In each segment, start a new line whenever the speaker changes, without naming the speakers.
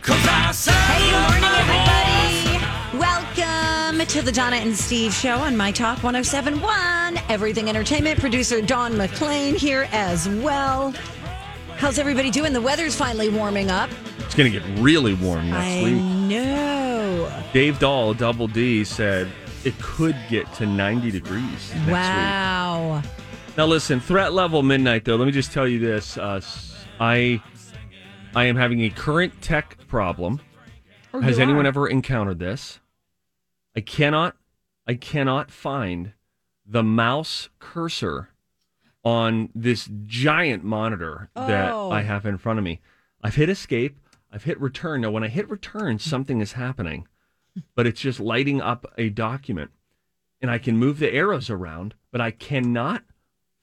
Cause I said
Hey, morning, everybody. Welcome to the Donna and Steve show on My Talk 1071. Everything Entertainment producer Don McLean here as well. How's everybody doing? The weather's finally warming up.
it's gonna get really warm next
I
week.
know.
Dave Dahl, Double D, said it could get to 90 degrees next
wow.
week. Now listen, threat level midnight though. Let me just tell you this: uh, s- I, I am having a current tech problem.
Or
Has
you
anyone
are.
ever encountered this? I cannot, I cannot find the mouse cursor on this giant monitor that
Oh.
I have in front of me. I've hit escape. I've hit return. Now, when I hit return, something is happening, but it's just lighting up a document, and I can move the arrows around, but I cannot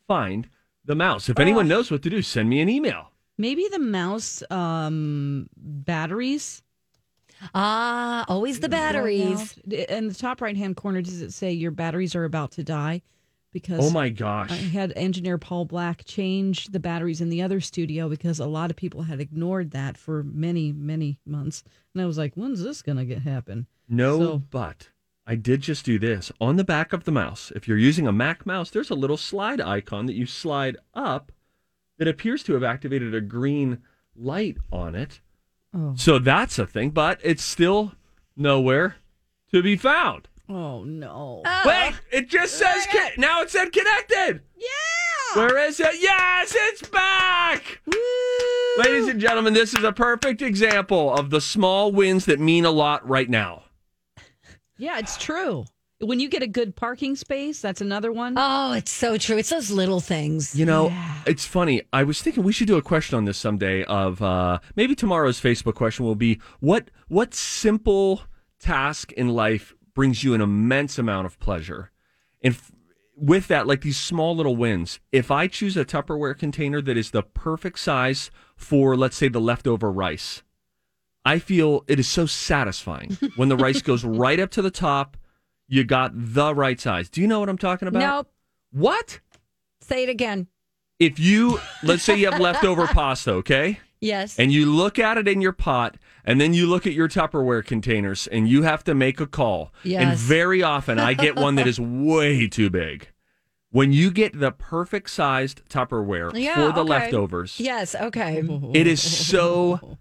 find the mouse. If anyone knows what to do, send me an email.
Maybe the mouse um, batteries.
Ah, always the batteries.
In the top right hand corner, does it say your batteries are about to die? Because
Oh my
I
gosh!
had engineer Paul Black change the batteries in the other studio because a lot of people had ignored that for many, many months. And I was like, when's this going to get happen?
No,
So-
but I did just do this. On the back of the mouse, if you're using a Mac mouse, there's a little slide icon that you slide up that appears to have activated a green light on it.
Oh,
So that's a thing, but it's still nowhere to be found.
oh no.
Wait, it just says con- now it said connected.
yeah!
Where is it? Yes, it's back. Ladies and gentlemen, this is a perfect example of the small wins that mean a lot right now.
Yeah, it's true. When you get a good parking space, that's another one.
Oh, it's so true. It's those little things.
You know,
Yeah.
it's funny. I was thinking we should do a question on this someday. Of uh, maybe tomorrow's Facebook question will be what what simple task in life brings you an immense amount of pleasure, and f- with that, like these small little wins. If I choose a Tupperware container that is the perfect size for, let's say, the leftover rice, I feel it is so satisfying when the rice goes right up to the top. You got the right size. Do you know what I'm talking about?
Nope.
What?
Say it again.
if you let's say you have leftover pasta, okay?
Yes.
And you look at it in your pot and then you look at your Tupperware containers and you have to make a call. And
Yes.
very often I get one that is way too big. When you get the perfect sized Tupperware
Yeah,
for the
okay.
leftovers,
yes. Okay.
it is so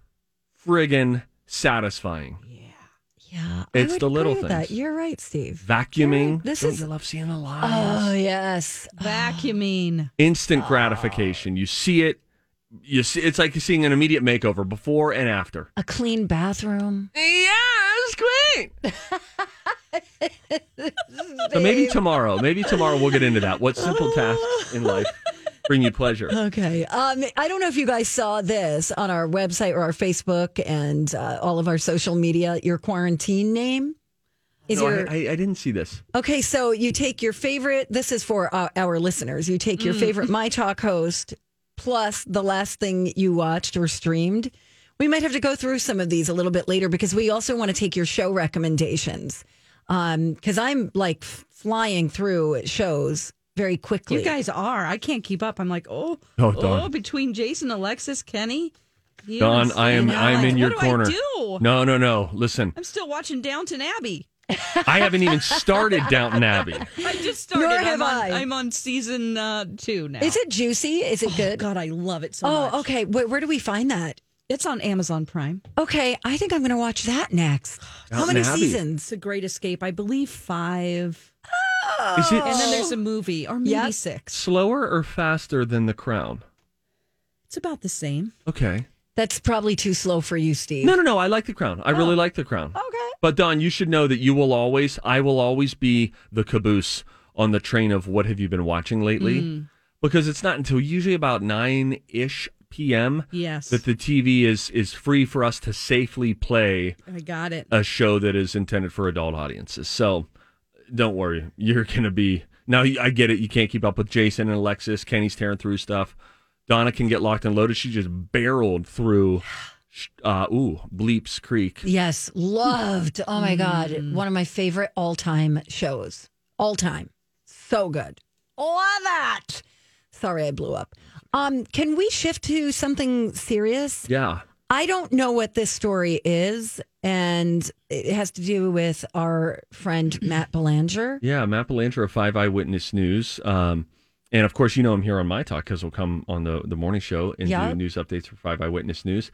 friggin' satisfying.
Yeah.
It's
I would
the little
agree with That.
things.
You're right, Steve.
Vacuuming.
This
Don't
is-
you love seeing the lies?
Oh, yes.
Vacuuming.
Instant gratification. You see it. You see, it's like seeing an immediate makeover before and after.
A clean bathroom.
Yeah, it was great. so maybe tomorrow, maybe tomorrow we'll get into that. What simple tasks in life bring you pleasure?
Okay. Um, I don't know if you guys saw this on our website or our Facebook and uh, all of our social media. Your quarantine name is
No, I-
your
I, I didn't see this.
okay. So you take your favorite. This is for uh, our listeners. You take
Mm.
your favorite My Talk host plus the last thing you watched or streamed. We might have to go through some of these a little bit later because we also want to take your show recommendations. Um, because I'm like f- flying through shows very quickly.
You guys are. I can't keep up. I'm like, oh,
Oh,
oh,
Dawn.
between Jason, Alexis, Kenny, you
Don,
and
I am
Steve.
I am in your
what
corner.
Do I do?
No, no, no. Listen,
I'm still watching Downton Abbey.
I haven't even started Downton Abbey.
I just started.
Nor
I'm
have
on,
I.
am on season uh, two now.
Is it juicy? Is it
Oh,
good?
God, I love it so
Oh,
much.
okay. Where, where do we find that?
It's on Amazon Prime.
Okay, I think I'm going to watch that next. How
Downton
many
Abbey.
It's
seasons?
a great escape, I believe five.
Is it
Oh. And then there's a movie, or maybe
Yeah.
six.
slower or faster than The Crown?
It's about the same.
Okay.
That's probably too slow for you, Steve.
No, no, no. I like The Crown. I really like The Crown.
Okay.
But Don, you should know that you will always, I will always be the caboose on the train of what have you been watching lately? Because it's not until usually about nine ish p.m.
Yes.
that the TV is is free for us to safely play
I got it.
a show that is intended for adult audiences. So don't worry, you're gonna be now. I get it. You can't keep up with Jason and Alexis. Kenny's tearing through stuff. Donna can get locked and loaded. She just barreled through. sh- Uh, ooh, Bleeps Creek.
Yes, loved. Oh my
Mm.
God. One of my favorite all time shows. All time. So good. Love that. Sorry I blew up. Um, can we shift to something serious?
Yeah.
I don't know what this story is, and it has to do with our friend Matt Belanger.
Yeah, Matt Belanger of Five Eyewitness News. Um, and of course, you know him here on My Talk because we'll come on the, the morning show and
Yeah.
do news updates for Five Eyewitness News.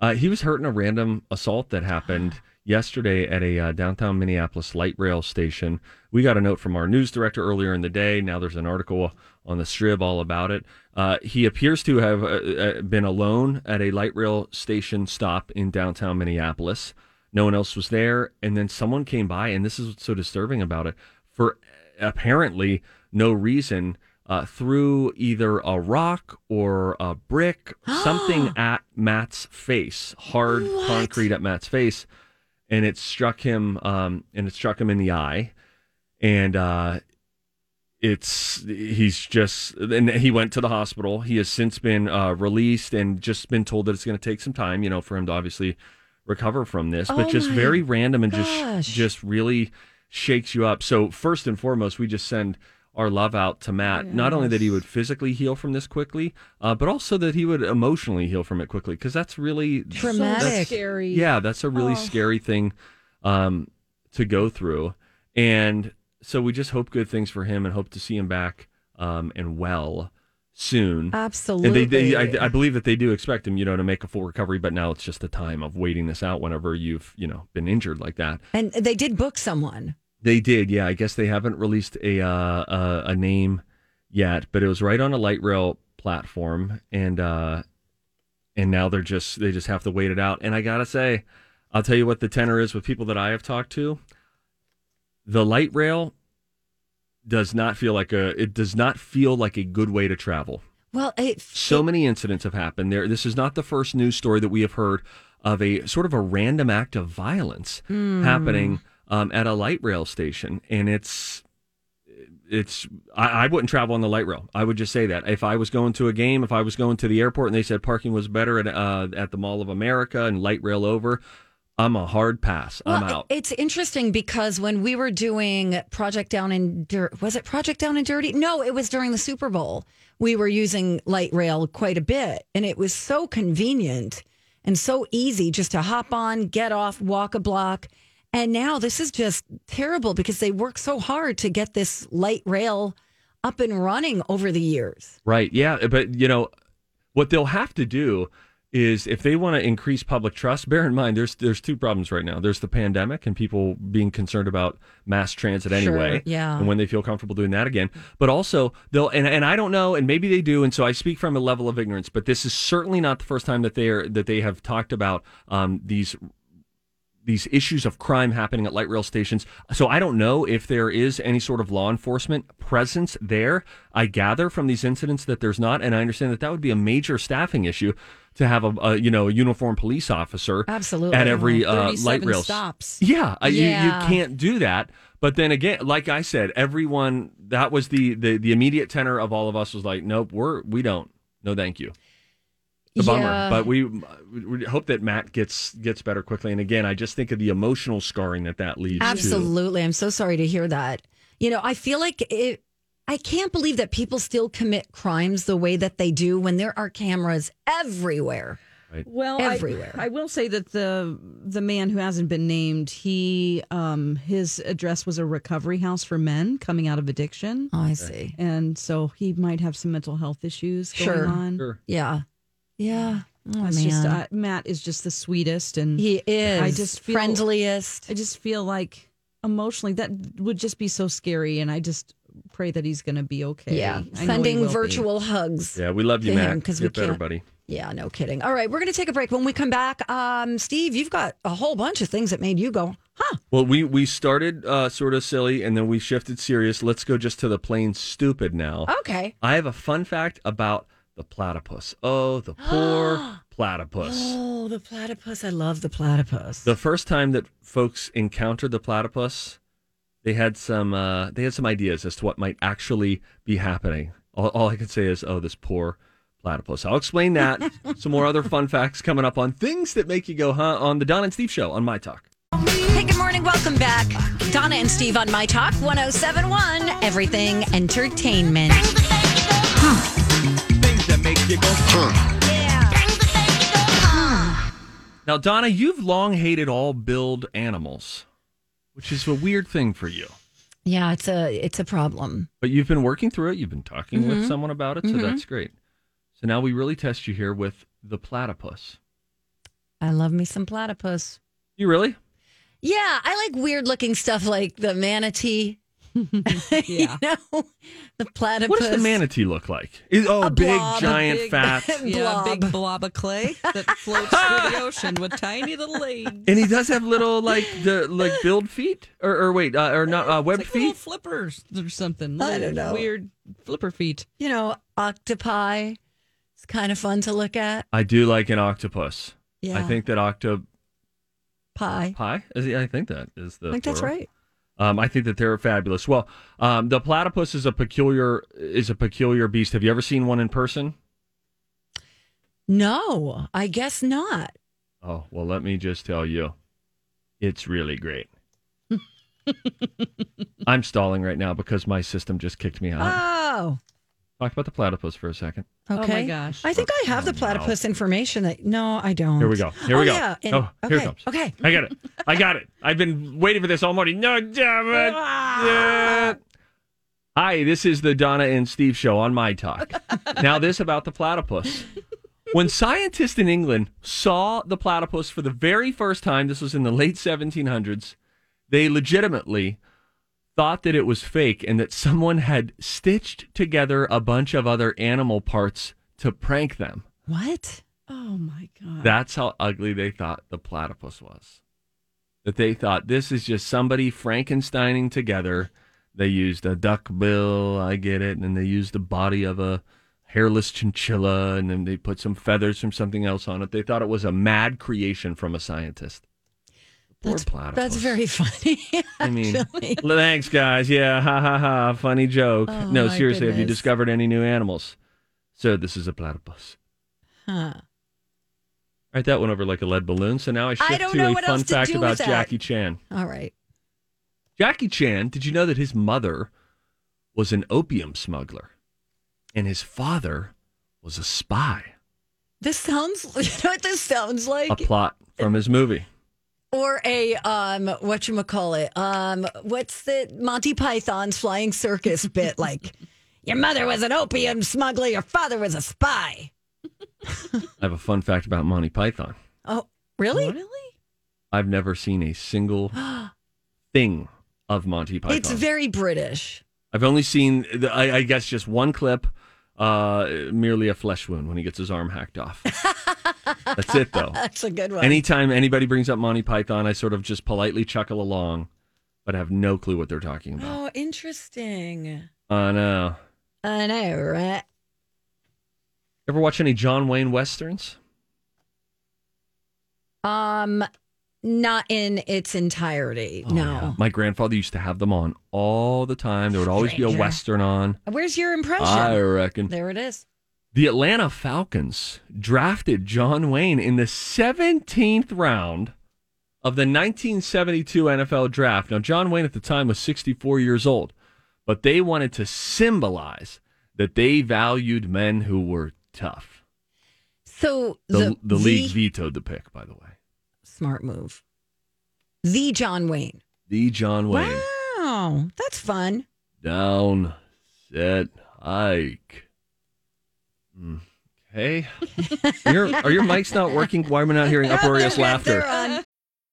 Uh, he was hurt in a random assault that happened yesterday at a uh, downtown Minneapolis light rail station. We got a note from our news director earlier in the day. Now there's an article on the Strib all about it. Uh, he appears to have uh, uh, been alone at a light rail station stop in downtown Minneapolis. No one else was there. And then someone came by, and this is what's so disturbing about it. For apparently no reason, uh, threw either a rock or a brick, something at Matt's face, hard concrete at Matt's face. And it struck him, um, and it struck him in the eye. And uh, it's he's just and he went to the hospital he has since been uh, released and just been told that it's going to take some time you know for him to obviously recover from this but
Oh
just
my
very random and
gosh.
just just really shakes you up so first and foremost we just send our love out to matt not only that he would physically heal from this quickly uh, but also that he would emotionally heal from it quickly because that's really
So
Traumatic. Oh.
scary.
yeah, that's a really scary thing um, to go through. And so we just hope good things for him and hope to see him back um, and well soon.
Absolutely.
And they, they I, I believe that they do expect him, you know, to make a full recovery. But now it's just the time of waiting this out whenever you've, you know, been injured like that.
and they did book someone.
They did, yeah. I guess they haven't released a uh, a, a name yet, but it was right on a light rail platform, and uh, and now they're just they just have to wait it out. And I gotta say, I'll tell you what the tenor is with people that I have talked to. The light rail does not feel like a it does not feel like a good way to travel.
Well, it,
So many incidents have happened there. This is not the first news story that we have heard of a sort of a random act of violence happening um, at a light rail station, and it's it's I, I wouldn't travel on the light rail. I would just say that if I was going to a game, if I was going to the airport, and they said parking was better at uh, at the Mall of America and light rail over, I'm a hard pass. I'm
Well,
out.
It's interesting because when we were doing Project Down and Dirt, was it Project Down and Dirty? No, it was during the Super Bowl. We were using light rail quite a bit, and it was so convenient and so easy just to hop on, get off, walk a block. And now this is just terrible because they work so hard to get this light rail up and running over the years.
Right. Yeah. But, you know, what they'll have to do is if they want to increase public trust, bear in mind there's there's two problems right now. There's the pandemic and people being concerned about mass transit anyway.
yeah.
And when they feel comfortable doing that again. But also they'll and, and I don't know, and maybe they do, and so I speak from a level of ignorance, but this is certainly not the first time that they are that they have talked about um, these these issues of crime happening at light rail stations. So I don't know if there is any sort of law enforcement presence there. I gather from these incidents that there's not, and I understand that that would be a major staffing issue to have a, a you know a uniformed police officer
Absolutely.
at every uh,
37
light rail
stops.
Yeah, I- you-
Yeah.
You, can't do that. But then again, like I said, everyone that was the, the the immediate tenor of all of us was like, nope, we're we don't. No, thank you the bummer.
Yeah.
But we, we hope that Matt gets gets better quickly. And again, I just think of the emotional scarring that that leads to.
Absolutely. I'm so sorry to hear that. You know, I feel like it, I can't believe that people still commit crimes the way that they do when there are cameras everywhere.
Well, I-
Everywhere.
I, will say that the the man who hasn't been named, he um his address was a recovery house for men coming out of addiction,
Oh, I see.
and so he might have some mental health issues going
Sure.
on.
Sure.
Yeah. Oh, Yeah.
That's just uh, Matt is just the sweetest, and
He is
I just feel-
friendliest.
I just feel like emotionally that would just be so scary, and I just pray that he's going to be okay.
Yeah,
I know he will
sending
be.
virtual hugs.
Yeah, we love you,
To him,
Matt.
'cause we
Get better,
can't-
buddy.
Yeah, no kidding. All right, we're going to take a break. When we come back, um, Steve, you've got a whole bunch of things that made you go, huh?
Well, we we started uh, sort of silly, and then we shifted serious. Let's go just to the plain stupid now.
Okay.
I have a fun fact about the platypus. Oh, the poor platypus.
Oh, the platypus. I love the platypus.
The first time that folks encountered the platypus, they had some uh, they had some ideas as to what might actually be happening. All, all I can say is, oh, this poor platypus. I'll explain that. some more other fun facts coming up on things that make you go, huh? On the Don and Steve show on My Talk.
Hey, good morning. Welcome back. Donna and Steve on My Talk 1071, Everything Entertainment.
Things that make you go, Now, Donna, you've long hated all billed animals, which is a weird thing for you.
Yeah, it's a it's a problem.
But you've been working through it. You've been talking
Mm-hmm.
with someone about it, so that's great. So now we really test you here with the platypus.
I love me some platypus.
You really?
Yeah, I like weird looking stuff like the manatee.
Yeah.
You know, the platypus.
What does the manatee look like? Is, oh,
A
big,
blob, a
giant,
big-
fat.
Yeah, a big
Blob.
blob of clay that floats through the ocean with tiny little legs,
and he does have little, like the like billed feet, or, or wait, uh, or not uh,
It's
webbed
like little
feet.
flippers or something.
I don't
Little
know.
Weird flipper feet.
You know, octopi. It's kind of fun to look at.
I do like an octopus.
Yeah.
I think that octopi.
pie.
Is I think that is the.
I think that's
plural.
right.
Um, I think that they're fabulous. Well, um, the platypus is a peculiar is a peculiar beast. Have you ever seen one in person?
No, I guess not.
Oh well, let me just tell you, it's really great. I'm stalling right now because my system just kicked me out.
Oh,
Talk about the platypus for a second.
Oh
okay.
my gosh.
I think I have the
Oh, no.
platypus information. That no, I don't.
Here we go. Here we
Oh,
go.
Yeah. and-
oh,
okay.
here it comes.
Okay.
I got it. I got it. I've been waiting for this all morning. No, damn it.
Ah.
Yeah. Hi, this is the Donna and Steve show on My Talk. now, this about the platypus. When scientists in England saw the platypus for the very first time, this was in the late 1700s, they legitimately thought that it was fake and that someone had stitched together a bunch of other animal parts to prank them.
What?
Oh my god.
That's how ugly they thought the platypus was. That they thought this is just somebody Frankensteining together. They used a duck bill, I get it, and then they used the body of a hairless chinchilla, and then they put some feathers from something else on it. They thought it was a mad creation from a scientist. Poor
That's,
platypus.
that's very funny.
I mean,
actually.
thanks, guys. Yeah, ha ha ha. Funny joke.
Oh,
no,
my
seriously, have you
goodness.
discovered any new animals? So this is a platypus.
Huh.
All right, that went over like a lead balloon. So now I shift
don't
to
know
a
what
fun
else to
fact
do
about
with that.
Jackie Chan.
All right.
Jackie Chan, did you know that his mother was an opium smuggler and his father was a spy?
This sounds. You know what this sounds like? uh,
A plot from his movie.
or a um, what you call it? Um, what's the Monty Python's Flying Circus bit like? Your mother was an opium smuggler. Your father was a spy.
I have a fun fact about Monty Python.
Oh, really?
I've never seen a single thing of Monty Python.
It's very British.
I've only seen, the, I, I guess, just one clip, uh, merely a flesh wound when he gets his arm hacked off. That's it, though.
That's a good one.
Anytime anybody brings up Monty Python, I sort of just politely chuckle along, but have no clue what they're talking about. Uh,
oh, interesting.
I know.
I know, right?
Ever watch any John Wayne westerns?
Um, not in its entirety.
Oh,
no.
yeah. My grandfather used to have them on all the time. There would always be a
Stranger.
western on.
Where's your impression?
I reckon.
there it is.
The Atlanta Falcons drafted John Wayne in the 17th round of the 1972 NFL draft. Now, John Wayne at the time was 64 years old, but they wanted to symbolize that they valued men who were tough.
So
The, the, league
the-
vetoed the pick, by the way.
smart move. The John Wayne.
The John Wayne.
Wow, that's fun.
down, set, hike. Mm, Hey, your, are your mics not working? Why am I not hearing uproarious laughter?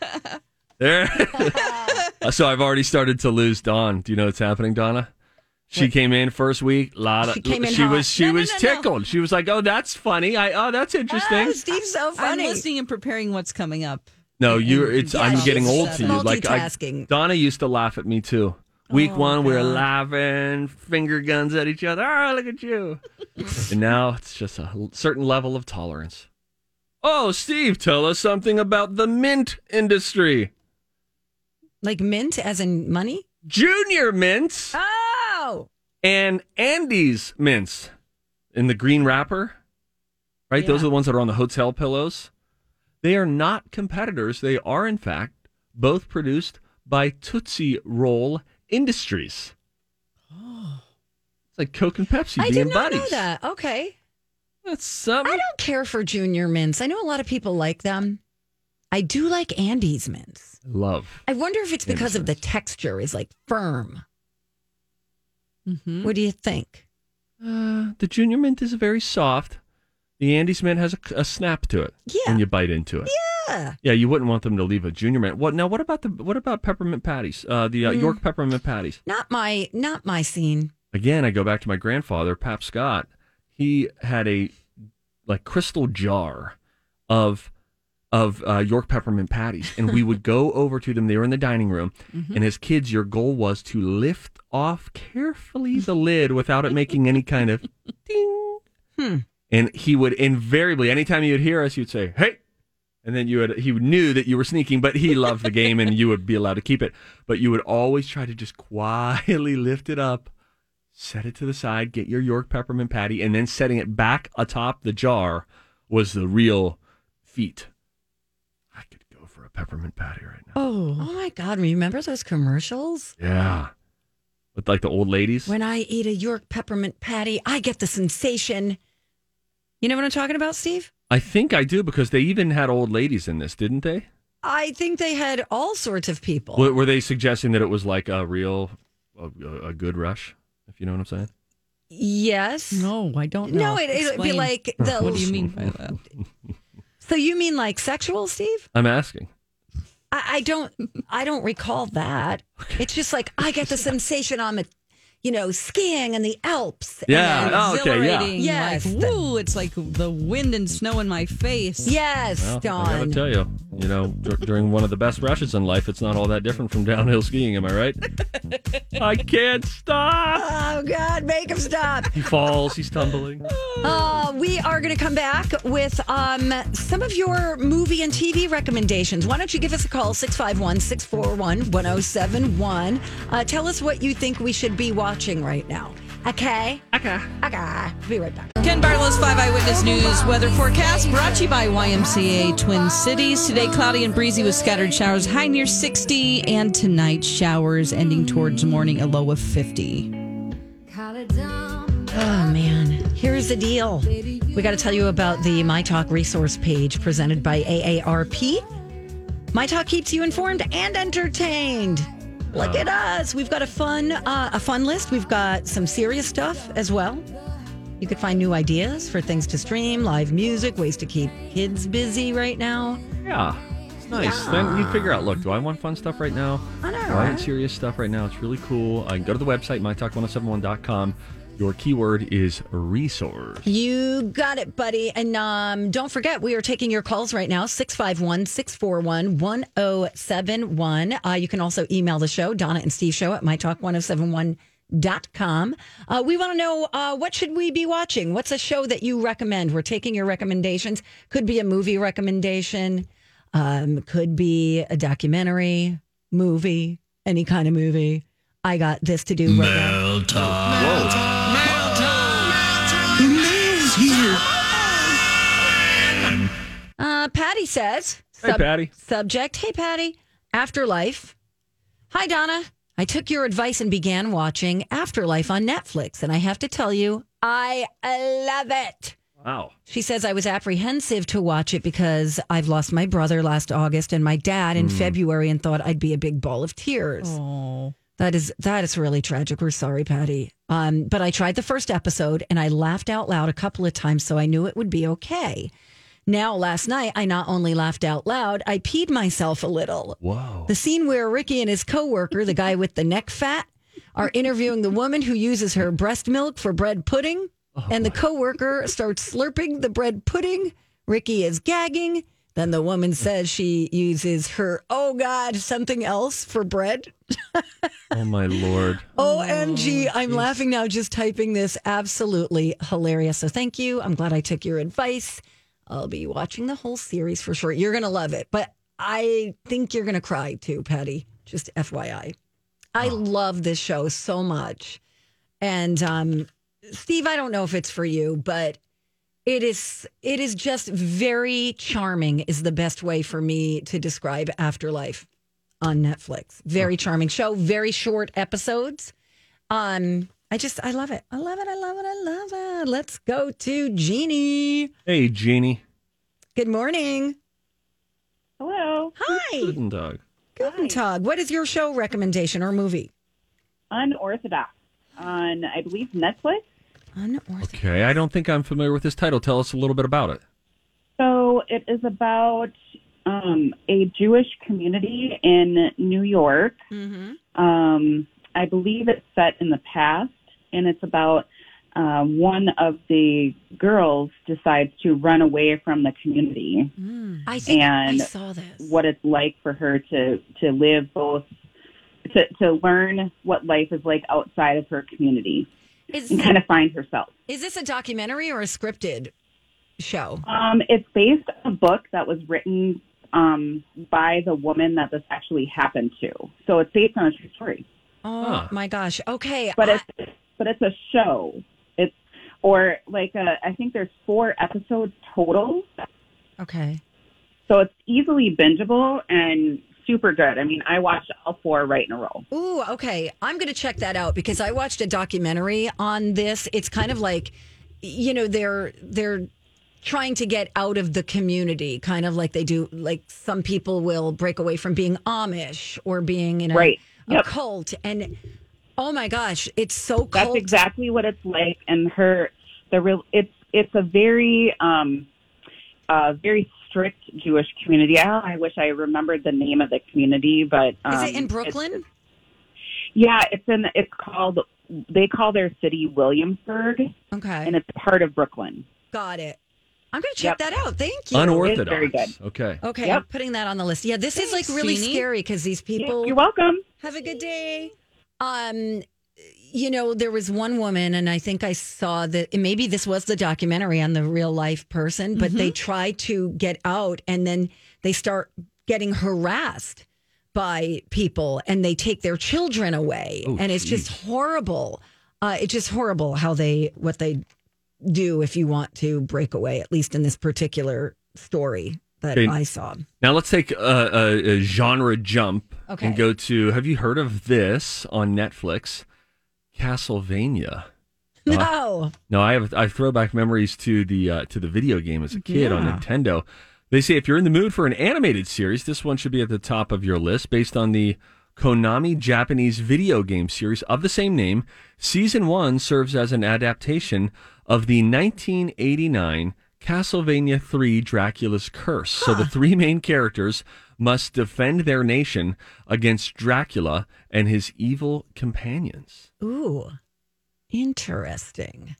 There. Uh, so I've already started to lose Dawn. Do you know what's happening, Donna? She came in first week. Lot of,
She came in hot.
was she
No, no,
was
no, no.
tickled. She was like, "Oh, that's funny. I oh, that's interesting."
Oh, Steve's so
I'm
funny.
listening and preparing what's coming up.
no,
And-
you. are
and
It's
yeah,
I'm
she's
getting old to
seven.
you. Like I,
Multitasking. Oh,
Donna used to laugh at me too. Week one, we were laughing, finger guns at each other. Ah, look at you. and now it's just a l- certain level of tolerance. Oh, Steve, tell us something about the mint industry.
Like mint, as in money.
Junior mints.
Oh,
and Andy's mints in the green wrapper, right? Those are the ones that are on the hotel pillows. They are not competitors. They are, in fact, both produced by Tootsie Roll Industries. It's like Coke and Pepsi
I
being
did not
buddies.
know that. Okay,
That's
Um,
I
something.
don't care for junior mints. I know a lot of people like them. I do like Andy's mints.
Love.
I wonder if it's because of the texture is like firm.
Mhm.
What do you think?
Uh, the Junior Mint is very soft. The Andy's Mint has a, a snap to it
Yeah.
when you bite into it.
Yeah.
Yeah, you wouldn't want them to leave a Junior Mint. What now? What about the what about peppermint patties? Uh, the uh, York peppermint patties.
Not my not my scene.
again, I go back to my grandfather, Pap Scott. He had a like crystal jar of of uh, York peppermint patties, and we would go over to them. They were in the dining room, and as kids, your goal was to lift off carefully the lid without it making any kind of ding.
Hmm.
And he would invariably, anytime you would hear us, you'd say, "Hey." And then you would, he knew that you were sneaking, but he loved the game and you would be allowed to keep it. But you would always try to just quietly lift it up set it to the side, get your York peppermint patty, and then setting it back atop the jar was the real feat. I could go for a peppermint patty right now.
Oh,
Oh my god, remember those commercials?
Yeah. With like the old ladies.
When I eat a York peppermint patty, I get the sensation. You know what I'm talking about, Steve?
I think I do because they even had old ladies in this, didn't they?
I think they had all sorts of people.
W- were they suggesting that it was like a real, a, a- a good rush, if you know what I'm saying?
Yes.
no, I don't know.
No, it, it'd be
Explain.
like the.
What do you mean by that?
So you mean like sexual, Steve?
I'm asking.
I, I don't. I don't recall that. It's just like I get the sensation I'm, at, you know, skiing in the Alps.
Yeah.
And-
Oh, okay. Yeah.
Exhilarating,
Yes.
Like, woo, it's like the wind and snow in my face.
yes,
Oh. Well, I gotta
Dawn.
tell you, you know, dur- during one of the best rushes in life, it's not all that different from downhill skiing. Am I right? I can't stop.
Oh God, make him stop.
He falls. He's tumbling.
Uh, we are going to come back with um, some of your movie and TV recommendations. Why don't you give us a call, 651 641 1071? Uh, Tell us what you think we should be watching right now. Okay? Okay. Okay. Be right back.
Ken Barlow's Five Eyewitness News weather forecast brought to you by YMCA Twin Cities. Today, cloudy and breezy with scattered showers, high near 60, and tonight, showers ending towards morning, a low of 50.
Oh, man. Here's the deal we got to tell you about the My Talk resource page presented by AARP. My Talk keeps you informed and entertained. Look at us. We've got a fun uh, a fun list. We've got some serious stuff as well. You could find new ideas for things to stream, live music, ways to keep kids busy right now.
Yeah, it's nice. Then you figure out. Look, do I want fun stuff right now?
I know,
oh Do I want serious stuff right now? It's really cool. I can go to the website mytalk1071.com. Your keyword is resource.
You got it, buddy. And um, don't forget, we are taking your calls right now 651 641 1071. Uh, You can also email the show, Donna and Steve Show at mytalk1071.com. Uh, we want to know uh, what should we be watching? What's a show that you recommend? We're taking your recommendations. Could be a movie recommendation, um, could be a documentary, movie, any kind of movie. I got this to do right now. Uh, Patty says.
Hey, Patty.
Subject. Hey, Patty. Afterlife. Hi, Donna. I took your advice and began watching Afterlife on Netflix, and I have to tell you, I love it.
Wow.
She says, I was apprehensive to watch it because I've lost my brother last August and my dad in February and thought I'd be a big ball of tears. That is that is really tragic. We're sorry, Patty. Um, but I tried the first episode and I laughed out loud a couple of times, so I knew it would be okay. Now, last night, I not only laughed out loud, I peed myself a little.
Whoa.
The scene where Ricky and his coworker, the guy with the neck fat, are interviewing the woman who uses her breast milk for bread pudding, and the coworker starts slurping the bread pudding. Ricky is gagging. Then the woman says she uses her oh god something else for bread.
Oh my lord.
OMG, I'm laughing now just typing this. Absolutely hilarious. So thank you. I'm glad I took your advice. I'll be watching the whole series for sure. You're going to love it, but I think you're going to cry too, Patty. Just FYI. I love this show so much. And um, Steve, I don't know if it's for you, but it is it is just very charming is the best way for me to describe afterlife on netflix very charming show very short episodes um i just i love it i love it i love it i love it let's go to jeannie
Hey, Jeannie.
good morning
Hello.
hi
Guten Tag.
guten tag what is your show recommendation or movie
Unorthodox on, I believe, Netflix.
unorthodox
Okay, I don't think I'm familiar with this title. Tell us a little bit about it.
So it is about um, a Jewish community in New York. Um, I believe it's set in the past, and it's about uh, one of the girls decides to run away from the community.
i think
And
i saw this
what it's like for her to to live both to to learn what life is like outside of her community
is,
and kind of find herself.
is this a documentary or a scripted show
Um, it's based on a book that was written um, by the woman that this actually happened to. So it's based on a true story,
oh
Huh.
my gosh okay
but
I-
it's but it's a show. It's or like a, I think there's four episodes total,
okay
so it's easily bingeable and super good. I mean, I watched all four right in a row.
Ooh, okay. I'm going to check that out because I watched a documentary on this. It's kind of like, you know, they're they're trying to get out of the community, kind of like they do. Like some people will break away from being Amish or being in a,
Right.
a
Yep.
cult. And oh my gosh, it's so cult.
That's exactly what it's like, and her the real it's it's a very um, uh, very strict Jewish community. I, I wish I remembered the name of the community, but um,
Is it in
it's-
Brooklyn?
yeah, it's in it's called they call their city Williamsburg,
Okay,
and it's part of Brooklyn.
got it. I'm going to check
Yep.
that out. Thank you.
Unorthodox.
very good.
Okay.
Okay,
Yep.
I'm putting that on the list. Yeah, this is
Thanks,
like really
Jeannie.
scary because these people.
You're welcome.
Have a good day. Um, you know, there was one woman, and I think I saw that and maybe this was the documentary on the real life person, but they try to get out and then they start getting harassed by people and they take their children away. and it's just horrible. Uh, it's just horrible how they, what they do if you want to break away, at least in this particular story that
Okay.
I saw.
Now let's take a, a, a genre jump
Okay.
and go to. Have you heard of this on Netflix? Castlevania. No.
No.
No, I have I have throwback memories to the uh, to the video game as a kid on
Yeah.
Nintendo. They say if you're in the mood for an animated series, this one should be at the top of your list based on the Konami Japanese video game series of the same name. Season 1 serves as an adaptation of the 1989 Castlevania 3 Dracula's Curse. So the three main characters must defend their nation against Dracula and his evil companions.
Ooh. Interesting.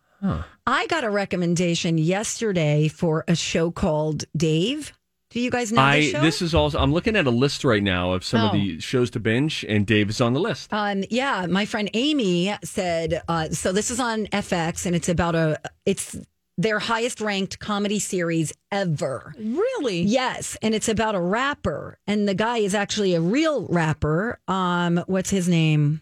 I got a recommendation yesterday for a show called Dave. Do you guys know this
I
show?
this is also I'm looking at a list right now of some of
Oh.
the shows to binge, and Dave is on the list.
Um, yeah, my friend Amy said. Uh, so this is on FX, and it's about a. It's their highest ranked comedy series ever.
Really?
Yes, and it's about a rapper, and the guy is actually a real rapper. Um, what's his name?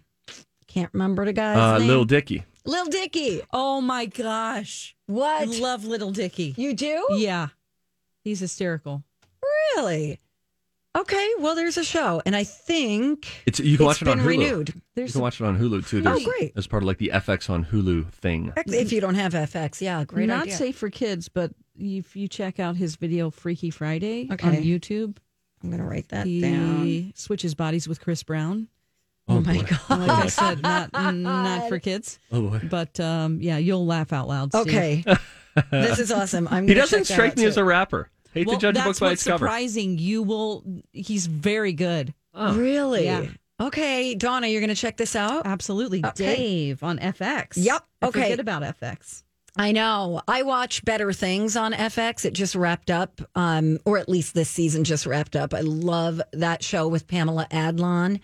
Can't remember the guy's
Uh,
name.
Little Dicky.
Lil Dicky.
Oh my gosh. I
What
love Little Dicky.
you do?
Yeah. He's hysterical.
Really? Okay. Well, there's a show, and I think
It's you can watch
it's
it on
been
Hulu.
renewed. Oh,
You can watch it on Hulu too. There's,
great.
As part of like the FX on Hulu thing.
If you don't have FX, yeah, great
Not
idea.
safe for kids, but if you check out his video Freaky Friday on
Okay.
YouTube,
I'm gonna write that
he
down.
switches bodies with Chris Brown.
Oh, my
boy.
god.
Like I said, not not for kids,
Oh boy.
but um, yeah, you'll laugh out loud. Steve.
Okay. this is awesome. I'm
He
gonna
doesn't
check that
strike
out,
me as
too.
a rapper. Hate
Well,
to judge a
that's
book by
what's
its cover.
surprising. You will. He's very good.
Oh.
Really?
Yeah.
Okay, Donna, you're going to check this out?
Absolutely,
Okay.
Dave on FX.
Yep.
I
Okay.
Forget about FX.
I know. I watch Better Things on FX. It just wrapped up, um, or at least this season just wrapped up. I love that show with Pamela Adlon.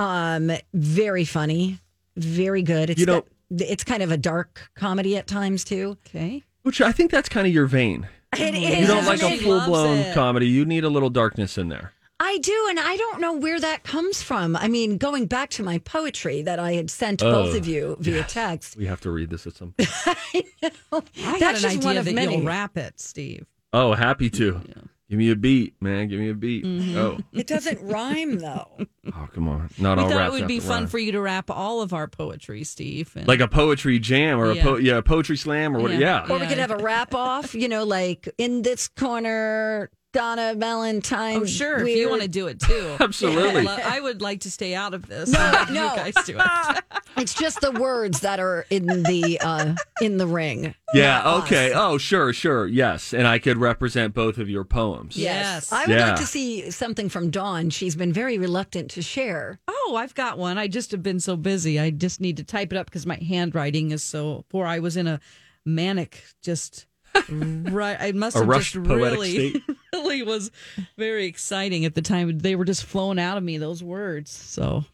Um, very funny, very good. It's
You know-
got- it's kind of a dark comedy at times too.
Okay.
Which I think that's kind of your vein.
It
You
is.
don't like a
He
full
loves
blown
it.
comedy. You need a little darkness in there.
I do, and I don't know where that comes from. I mean, going back to my poetry that I had sent both
Oh,
of you via text.
We have to read this at some point.
I
That's
had an
just
idea
one of
that
many.
you'll wrap it, Steve.
Oh, happy to. Give me a beat, man. Give me a beat.
Mm-hmm.
Oh.
It doesn't rhyme though.
Oh, come on. Not
We
all
thought
raps
it would
have
be
to
fun
rhyme.
for you to wrap all of our poetry, Steve. And-
like a poetry jam or a
Yeah.
po- yeah, a poetry slam or what?
Yeah.
Yeah.
Or we could have a wrap off, you know, like in this corner, Donna Valentine.
oh, sure. If
weird-
you want to do it too.
Absolutely.
Lo- I would like to stay out of this.
No,
I'll let
no.
You guys do it.
It's just the words that are in the uh, in the ring.
Yeah,
not us.
okay. Oh, sure, sure. Yes. And I could represent both of your poems.
Yes.
I would
Yeah.
like to see something from Dawn. She's been very reluctant to share.
Oh, I've got one. I just have been so busy. I just need to type it up because my handwriting is so poor. I was in a manic, just right. I must
Mm. A
have
rushed
just
poetic
really,
state.
really was very exciting at the time. They were just flowing out of me those words. So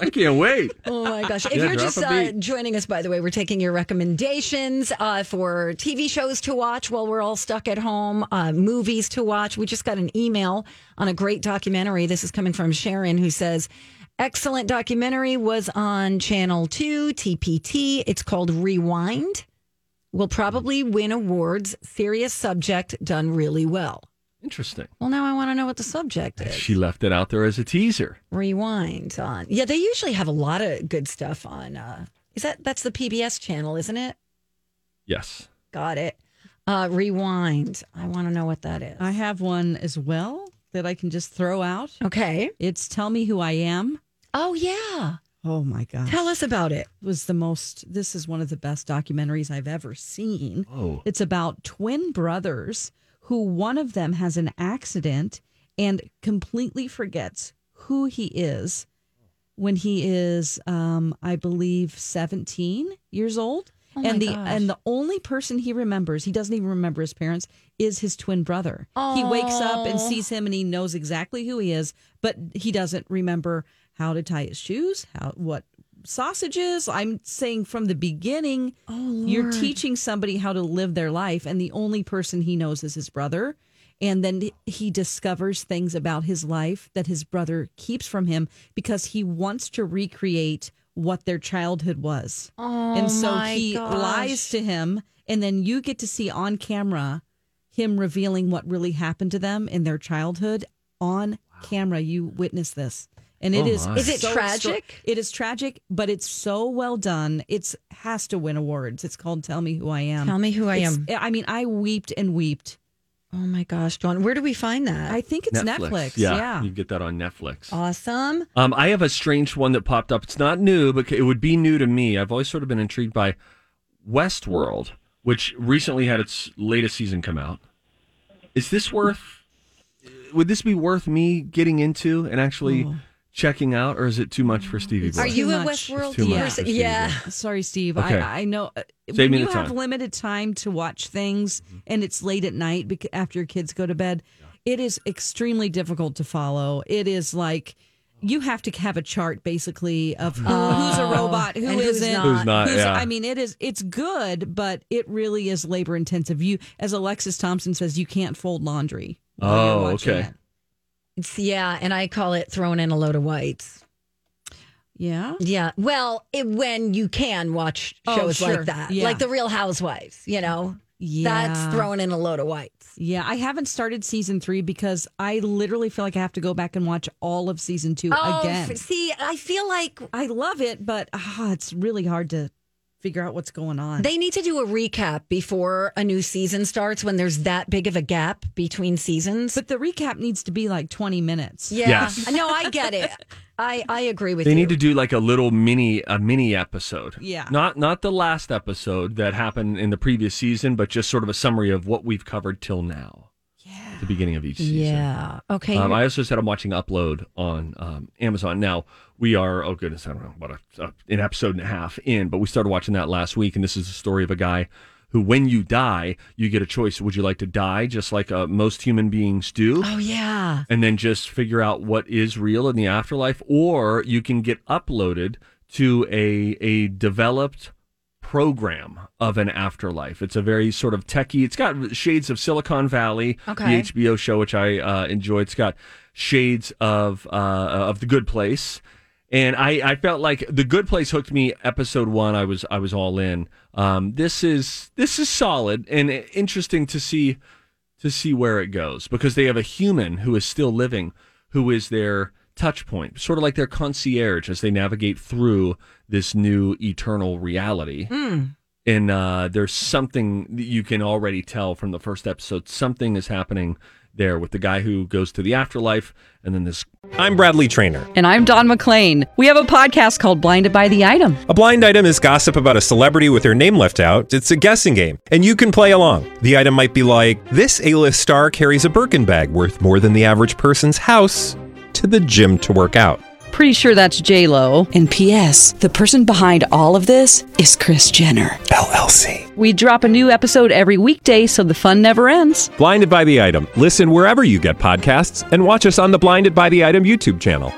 I can't wait.
Oh my gosh! If
Yeah,
you're
drop
just
a
uh,
beat.
joining us, by the way, we're taking your recommendations uh, for TV shows to watch while we're all stuck at home, uh, movies to watch. We just got an email on a great documentary. This is coming from Sharon, who says, "Excellent documentary was on Channel Two TPT. It's called Rewind. Will probably win awards. Serious subject done really well.
Interesting.
Well, now I want to know what the subject is.
She left it out there as a teaser.
Rewind on. Yeah, they usually have a lot of good stuff on. Uh, is that that's the PBS channel, isn't it?
Yes.
Got it. Uh, Rewind. I want to know what that is.
I have one as well that I can just throw out.
okay.
It's Tell Me Who I Am.
Oh yeah.
Oh my gosh.
Tell us about it.
was the most this is one of the best documentaries I've ever seen.
Oh.
It's about twin brothers who one of them has an accident and completely forgets who he is when he is um I believe 17 years old.
Oh my
and the
gosh.
and the only person he remembers, he doesn't even remember his parents, is his twin brother. He wakes up and
Aw.
sees him and he knows exactly who he is, but he doesn't remember how to tie his shoes, how what sausages. I'm saying from the beginning, you're teaching somebody how to live their life, and the only person he knows is his brother. And then he discovers things about his life that his brother keeps from him because he wants to recreate what their childhood was.
Oh
and so
my
he
gosh.
lies to him, and then you get to see on camera him revealing what really happened to them in their childhood on camera. You witness this. And it
Oh,
is
my.
Is it
so
tragic?
it is tragic, but it's so well done. It's has to win awards. It's called Tell Me Who I Am.
Tell me who I
It's-
am.
I mean, I weeped and weeped.
Oh my gosh, Dawn. Where do we find that?
I think it's Netflix.
Yeah,
Yeah.
You get that on Netflix.
awesome.
Um, I have a strange one that popped up. It's not new, but it would be new to me. I've always sort of been intrigued by Westworld, which recently had its latest season come out. Is this worth? Would this be worth me getting into and actually checking out, or is it too much for Stevie Boy?
Oh. Mm-hmm. Are you a
much.
Westworld
Too much
person?
for Stevie
Yeah.
Sorry, Steve.
Okay.
I, I know uh,
Save
when
me
you
the
have
time. Mm-hmm.
limited time to watch things, and it's late at night bec- after your kids go to bed. It is extremely difficult to follow. It is like you have to have a chart basically of who, who's a robot, who
Oh, And who's
isn't,
not. Who's
not, Uh, yeah.
I mean, it is. It's good, but it really is labor intensive. You, as Alexis Thompson says, you can't fold laundry. while you're
Oh,
watching
okay.
it.
It's- Yeah, and I call it throwing in a load of whites.
Yeah.
Yeah. Well, it, when you can watch
Oh,
shows
sure.
like that,
Yeah.
like The Real Housewives, you know,
Yeah.
that's throwing in a load of whites.
Yeah, I haven't started season three because I literally feel like I have to go back and watch all of season two again.
Oh, f- see, I feel like
I love it, but ah, it's really hard to figure out what's going on.
they need to do a recap before a new season starts when there's that big of a gap between seasons.
but the recap needs to be like 20 minutes.
yeah.
Yes.
No, I get it. I, I agree with
They
you.
need to do like a little mini a mini episode.
Yeah.
Not not the last episode that happened in the previous season, but just sort of a summary of what we've covered till now. Yeah. The beginning of each season.
yeah. Okay.
Um, I also said I'm watching Upload on um, Amazon. Now we are oh goodness I don't know about a, a, an episode and a half in, but we started watching that last week, and this is the story of a guy who, when you die, you get a choice. Would you like to die just like uh, most human beings do?
oh, yeah.
and then just figure out what is real in the afterlife, or you can get uploaded to a a developed program of an afterlife. It's a very sort of techie. It's got shades of Silicon Valley,
Okay.
the HBO show which I uh, enjoyed. It's got shades of uh, of The Good Place. And I, I felt like the Good Place hooked me. Episode one, I was I was all in. Um, this is this is solid and interesting to see to see where it goes because they have a human who is still living who is their touch point, sort of like their concierge as they navigate through this new eternal reality. And uh, there's something that you can already tell from the first episode. Something is happening there with the guy who goes to the afterlife, and then this
I'm Bradley Trainer.
And I'm Don McClain. We have a podcast called Blinded by the Item.
A blind item is gossip about a celebrity with their name left out. It's a guessing game, and you can play along. The item might be like this: A-list star carries a Birkin bag worth more than the average person's house to the gym to work out.
Pretty sure that's J Lo.
And P.S. The person behind all of this is Chris Jenner.
LLC.
We drop a new episode every weekday, so the fun never ends.
Blinded by the item. Listen wherever you get podcasts, and watch us on the Blinded by the Item YouTube channel.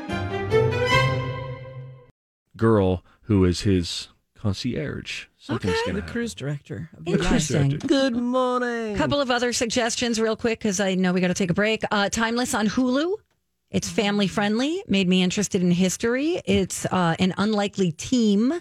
girl who is his concierge. Something's
Okay.
gonna
The
happen.
cruise director. Of the
Interesting.
Good
Hmm.
morning.
couple of other suggestions real quick because i know we got to take a break uh, timeless on hulu it's
Mm-hmm.
family friendly made me interested in history it's uh, an unlikely team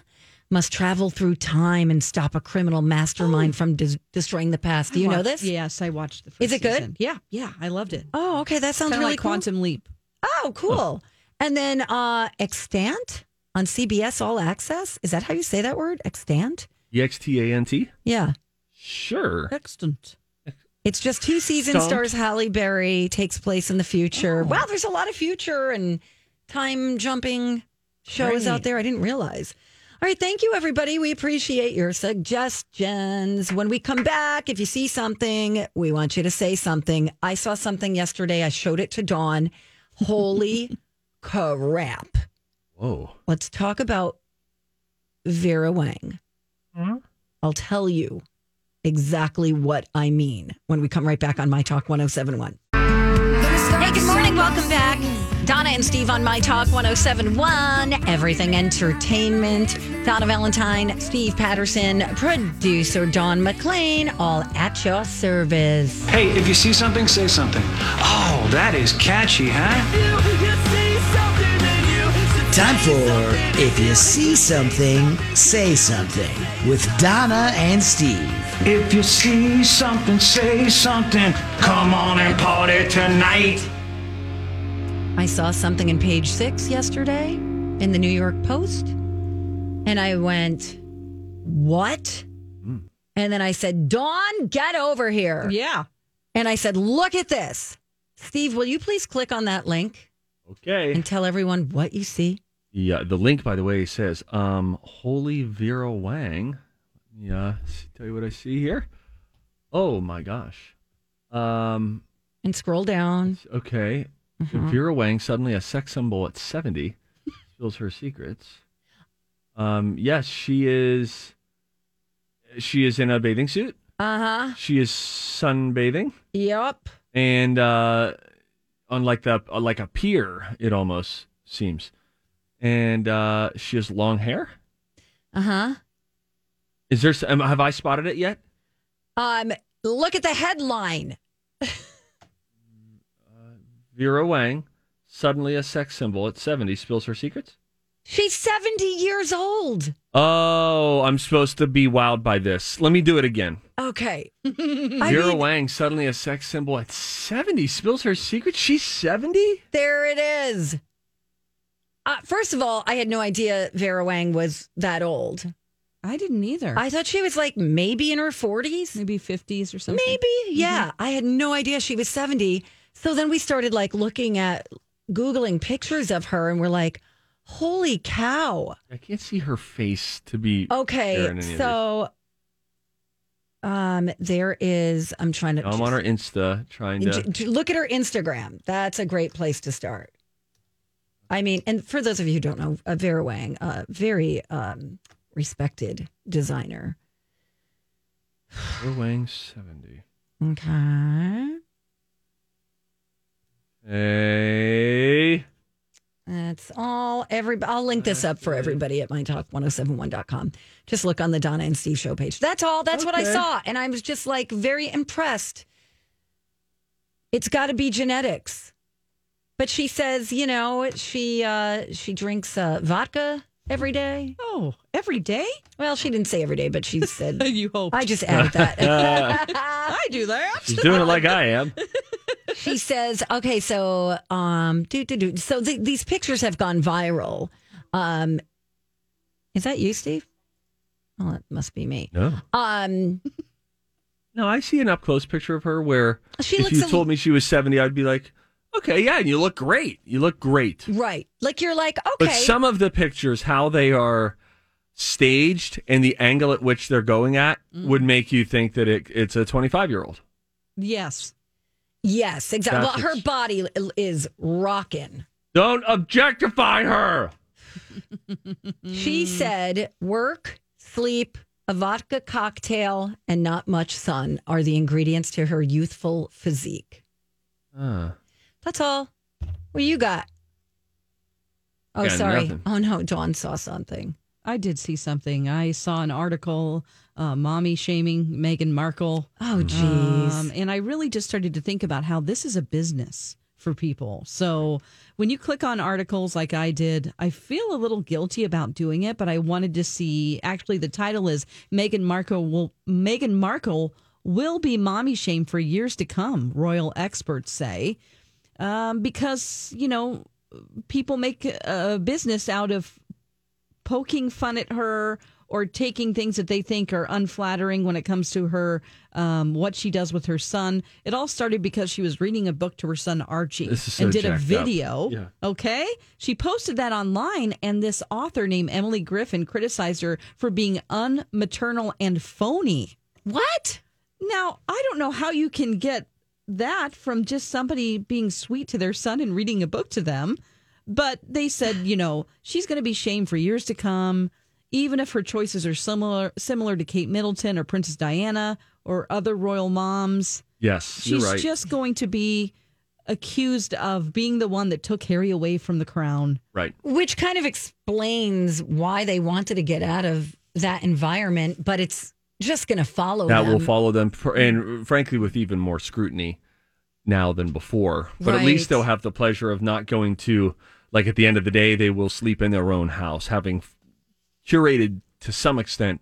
must travel through time and stop a criminal
Oh.
mastermind from des- destroying the past do you know this
Yes, I watched the first
Is it good?
season. Yeah, yeah, I loved it.
oh okay that sounds
Kinda
really
like
cool
Quantum Leap.
oh cool and then uh extant on cbs all access is that how you say that word extant
E EXTANT?
yeah
Sure.
Excellent.
It's just two seasons.
Stumped.
Stars Halle Berry takes place in the
Oh,
future. Wow, there's a lot of future and time jumping shows out there. I didn't realize. All right, thank you everybody. We appreciate your suggestions. When we come back, if you see something, we want you to say something. I saw something yesterday. I showed it to Dawn. Holy crap!
Whoa.
Let's talk about Vera Wang. I'll tell you exactly what I mean when we come right back on My Talk 1071. Hey, good morning. Welcome back. Donna and Steve on My Talk 1071, Everything Entertainment. Donna Valentine, Steve Patterson, producer Don McLean, all at your service.
Hey, if you see something, say something. Oh, that is catchy, huh?
Time for If You See Something, Say Something with Donna and Steve.
If you see something, say something. Come on and party tonight.
I saw something in page six yesterday in the New York Post, and I went, What? And then I said, Dawn, get over here.
Yeah.
And I said, Look at this. Steve, will you please click on that link
Okay.
and tell everyone what you see?
Yeah, the link, by the way, says, um, Holy Vera Wang. Yeah, s- tell you what I see here. Oh my gosh. Um,
And scroll down.
okay. Vera Wang suddenly a sex symbol at 70, spills her secrets. Um, yes, she is. She is in a bathing suit.
Uh huh.
She is sunbathing,
Yep.
and uh, on like the on like a pier, it almost seems. And uh, she has long hair.
Uh huh.
Is there? s- am- Have I spotted it yet?
Um, look at the headline.
Vera Wang suddenly a sex symbol at 70 spills her secrets.
She's 70 years old.
Oh, I'm supposed to be wowed by this. Let me do it again.
Okay.
Vera
I mean,
Wang suddenly a sex symbol at 70 spills her secret. She's 70?
there it is. Uh, first of all, I had no idea Vera Wang was that old.
I didn't either.
I thought she was like maybe in her 40s.
Maybe 50s or something.
Maybe. Yeah. I had no idea she was 70. So then we started like looking at Googling pictures of her and we're like, holy cow.
I can't see her face to be there in
Okay.
any of these.
So um there is I'm trying to
I'm on her Insta trying to
J- j- look at her Instagram. That's a great place to start. I mean, and for those of you who don't know, uh, Vera Wang, uh, very um, respected designer.
Vera Wang 70.
Okay.
Hey.
That's all. Every I'll link this up for everybody at mytalk1071.com. Just look on the Donna and Steve show page. That's all. That's what I
Okay.
saw. And I was just like very impressed. It's got to be genetics. But she says, you know, she uh, she drinks uh, vodka every day.
Oh, every day?
Well, she didn't say every day, but she said,
You hope.
I just added that.
I do that.
She's doing it like I am.
she says, okay, so um, do do do. So th- these pictures have gone viral. Um, is that you, Steve? Well, it must be me.
No.
Um,
No, I see an up close picture of her where
She
if
looks
you
a-
told me she was 70, I'd be like, okay, yeah, and you look great. You look great.
right, like you're like okay,
But some of the pictures, how they are staged and the angle at which they're going at
Mm.
would make you think that it, it's a 25 year old.
Yes.
yes, exactly.
That's
Well, her
what's-
body l- is rocking.
Don't objectify her.
She said, work, sleep, a vodka cocktail, and not much sun are the ingredients to her youthful physique.
Uh,
That's all. What you got? Oh,
Got
sorry.
nothing.
Oh no, Dawn saw something.
I did see something. I saw an article, uh, mommy shaming Meghan Markle.
Oh,
Mm.
jeez.
Um, and I really just started to think about how this is a business for people. So when you click on articles like I did, I feel a little guilty about doing it, but I wanted to see. Actually, the title is Meghan Markle will Meghan Markle will be mommy shamed for years to come. Royal experts say um, because you know people make a business out of poking fun at her or taking things that they think are unflattering when it comes to her um, what she does with her son it all started because she was reading a book to her son archie
This is so
and did a
jacked up.
video
Yeah.
okay she posted that online and this author named emily griffin criticized her for being unmaternal and phony
What?
now, I don't know how you can get that from just somebody being sweet to their son and reading a book to them. But they said, you know, she's going to be shamed for years to come, even if her choices are similar similar to Kate Middleton or Princess Diana or other royal moms.
yes,
She's
you're right.
just going to be accused of being the one that took Harry away from the crown.
right.
Which kind of explains why they wanted to get out of that environment, but it's just going to follow
That will
them.
follow them, for, and frankly, with even more scrutiny now than before. But at least
Right.
they'll have the pleasure of not going to, like, at the end of the day, they will sleep in their own house, having f- curated to some extent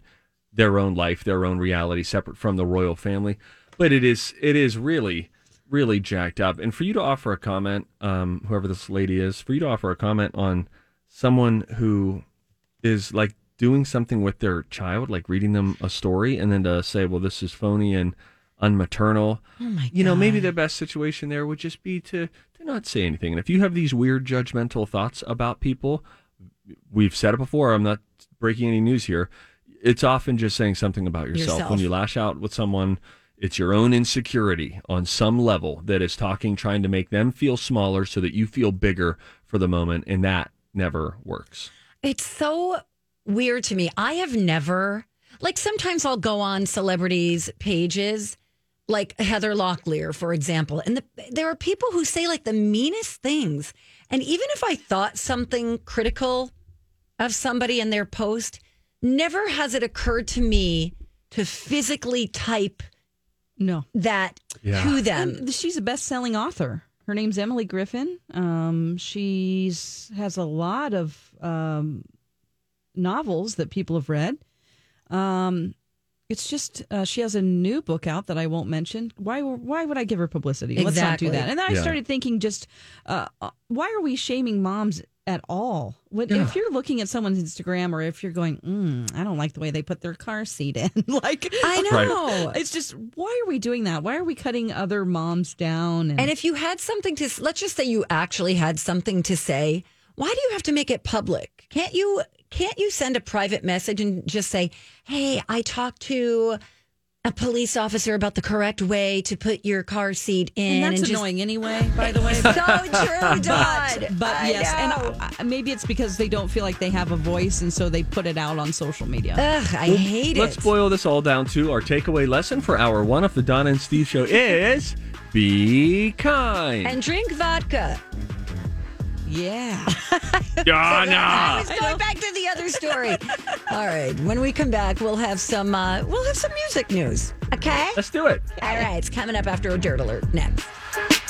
their own life, their own reality, separate from the royal family. But it is, it is really, really jacked up. And for you to offer a comment, um, whoever this lady is, for you to offer a comment on someone who is like doing something with their child, like reading them a story, and then to say, "Well, this is phony and unmaternal." Oh my you know, maybe the best situation there would just be to to not say anything. And if you have these weird judgmental thoughts about people, we've said it before. I'm not breaking any news here. It's often just saying something about yourself,
Yourself.
when you lash out with someone. It's your own insecurity on some level that is talking, trying to make them feel smaller so that you feel bigger for the moment. And that never works.
It's so weird to me. I have never, like, sometimes I'll go on celebrities' pages, like Heather Locklear, for example, and the, there are people who say like the meanest things. And even if I thought something critical of somebody in their post, never has it occurred to me to physically type
no
that
Yeah.
to them.
And she's a best-selling author. Her name's Emily Griffin. Um, she's has a lot of um, novels that people have read. Um, it's just uh, she has a new book out that I won't mention. Why? Why would I give her publicity? Let's not do
Exactly.
that. And then I
Yeah.
started thinking, just uh, uh, why are we shaming moms at all? When,
Ugh.
if you're looking at someone's Instagram, or if you're going, mm, I don't like the way they put their car seat in, like
I
Right.
know.
It's just why are we doing that? Why are we cutting other moms down?
And if you had something to, let's just say you actually had something to say, why do you have to make it public? Can't you, can't you send a private message and just say, hey, I talked to a police officer about the correct way to put your car seat in?
And that's
just-
annoying anyway, by the way.
So true, Dodd.
But, but
I
yes,
know.
and uh, maybe it's because they don't feel like they have a voice, and so they put it out on social media.
Ugh, I hate
Let's boil this all down to our takeaway lesson for hour one of the Donna and Steve show is be kind.
And drink vodka.
Yeah.
I was going back to the other story. All right. When we come back, we'll have some uh, we'll have some music news. Okay.
Let's do it.
All right. It's coming up after a dirt alert next.